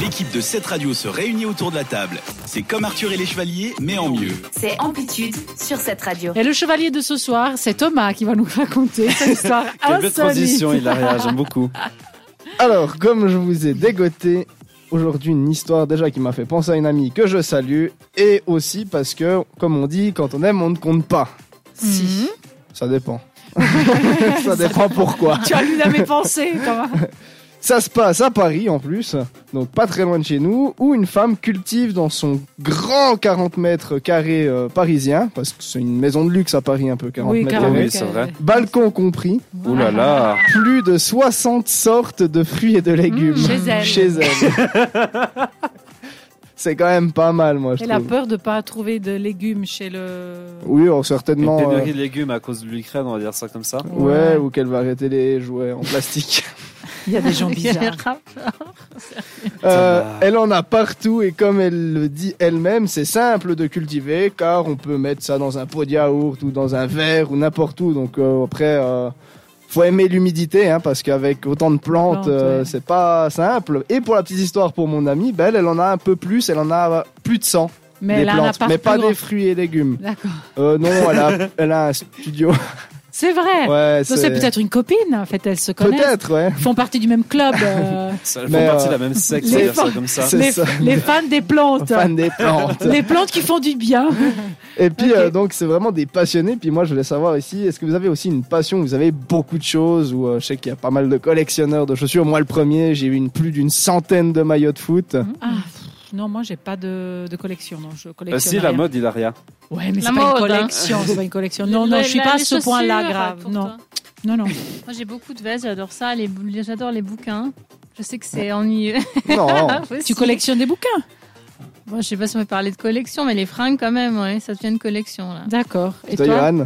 L'équipe de cette radio se réunit autour de la table. C'est comme Arthur et les Chevaliers, mais en mieux. C'est Amplitude sur cette radio. Et le chevalier de ce soir, c'est Thomas qui va nous raconter cette histoire Ah, Quelle belle insolite. transition, Hilaria, j'aime beaucoup. Alors, comme je vous ai dégoté aujourd'hui une histoire déjà qui m'a fait penser à une amie que je salue, et aussi parce que, comme on dit, quand on aime, on ne compte pas. Mhm. Ça dépend. ça dépend pourquoi. Tu as lu dans mes pensées, Thomas. Ça se passe à Paris en plus, donc pas très loin de chez nous, où une femme cultive dans son grand 40 mètres carrés euh, parisien, parce que c'est une maison de luxe à Paris un peu, 40 Oui, mètres carrément. carrés, Oui, c'est vrai. balcon compris, Ouh là là. plus de 60 sortes de fruits et de légumes Mmh, chez elle. Chez elle. c'est quand même pas mal, moi, je Elle a trouve. peur de pas trouver de légumes chez le. Oui, alors, Une certainement. pénurie de légumes à cause de l'Ukraine, on va dire ça comme ça. euh, ouais, ou qu'elle va arrêter les jouets en plastique. Il y a des gens bizarres. Euh, Ça va. elle en a partout et comme elle le dit elle-même, c'est simple de cultiver car on peut mettre ça dans un pot de yaourt ou dans un verre ou n'importe où. Donc euh, après, euh, faut aimer l'humidité hein, parce qu'avec autant de plantes, Plantes, euh, ouais. c'est pas simple. Et pour la petite histoire pour mon amie, Belle, elle en a un peu plus, elle en a plus de 100 Mais des elle a hein. un plantes, appart mais pas plus grand. des fruits et légumes. D'accord. Euh, non, elle a, elle a un studio. C'est vrai. Ouais, Donc, C'est peut-être une copine, en fait, elles se connaissent. peut-être, ouais. Ils font partie du même club. euh, Ça, Elles Mais, font partie euh, de la même secte, les on va dire ça fa- comme ça. C'est les, ça. les fans des plantes. Fan des plantes. Les plantes qui font du bien. Et puis, Ok. euh, donc, c'est vraiment des passionnés. Puis moi, je voulais savoir ici, est-ce que vous avez aussi une passion où Vous avez beaucoup de choses, ou euh, je sais qu'il y a pas mal de collectionneurs de chaussures. Moi, le premier, j'ai eu une, plus d'une centaine de maillots de foot. Ah, pff, non, moi, j'ai pas de, de collection. Non, je collectionne Euh, si, la rien. mode, Hilaria. Ouais, mais La c'est pas une mode, hein. collection. C'est pas une collection. Non, non, Le- je suis la- pas à les ce point-là chaussures, grave. pour Non, toi. non, non. Moi j'ai beaucoup de vestes, j'adore ça. Les, bou- les- j'adore les bouquins. Je sais que c'est ennuyeux. Non, Tu collectionnes des bouquins. Moi je sais pas si on peut parler de collection, mais les fringues quand même, ouais, ça devient une collection là. D'accord. Et toi, toi, Johan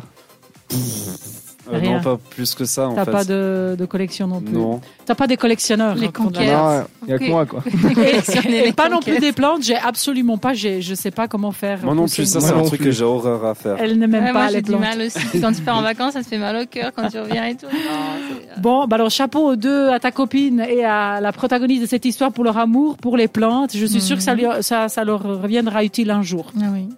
Euh, Rien. non, pas plus que ça, en t'as fait. pas de, de collection non plus. Non. T'as pas des collectionneurs. Les hein, qu'on conquêtes. a. Non, il y a Ok. que moi, quoi. Collectionner Et les pas non plus conquêtes. des plantes. J'ai absolument pas. j'ai- Je sais pas comment faire. Moi non pousser plus, ça une- c'est Moi un non truc plus. que j'ai horreur à faire. Elle n'aime même Ouais, pas moi les j'ai du plantes. mal aussi. Quand tu pars en vacances, ça te fait mal au cœur. Quand tu reviens et tout. non, c'est- euh. Bon, bah alors chapeau aux deux, à ta copine et à la protagoniste de cette histoire pour leur amour, pour les plantes. Je Mm. suis sûre que ça, lui- ça, ça leur reviendra utile un jour. Ah oui.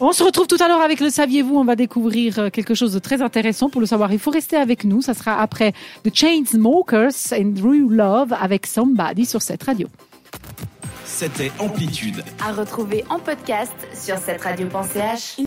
On se retrouve tout à l'heure avec le Saviez-vous. On va découvrir euh, quelque chose de très intéressant. Pour le savoir, il faut rester avec nous. Ça sera après The Chainsmokers and Drew Love avec Somebody sur cette radio. C'était Amplitude. À retrouver en podcast sur cette radio.ch.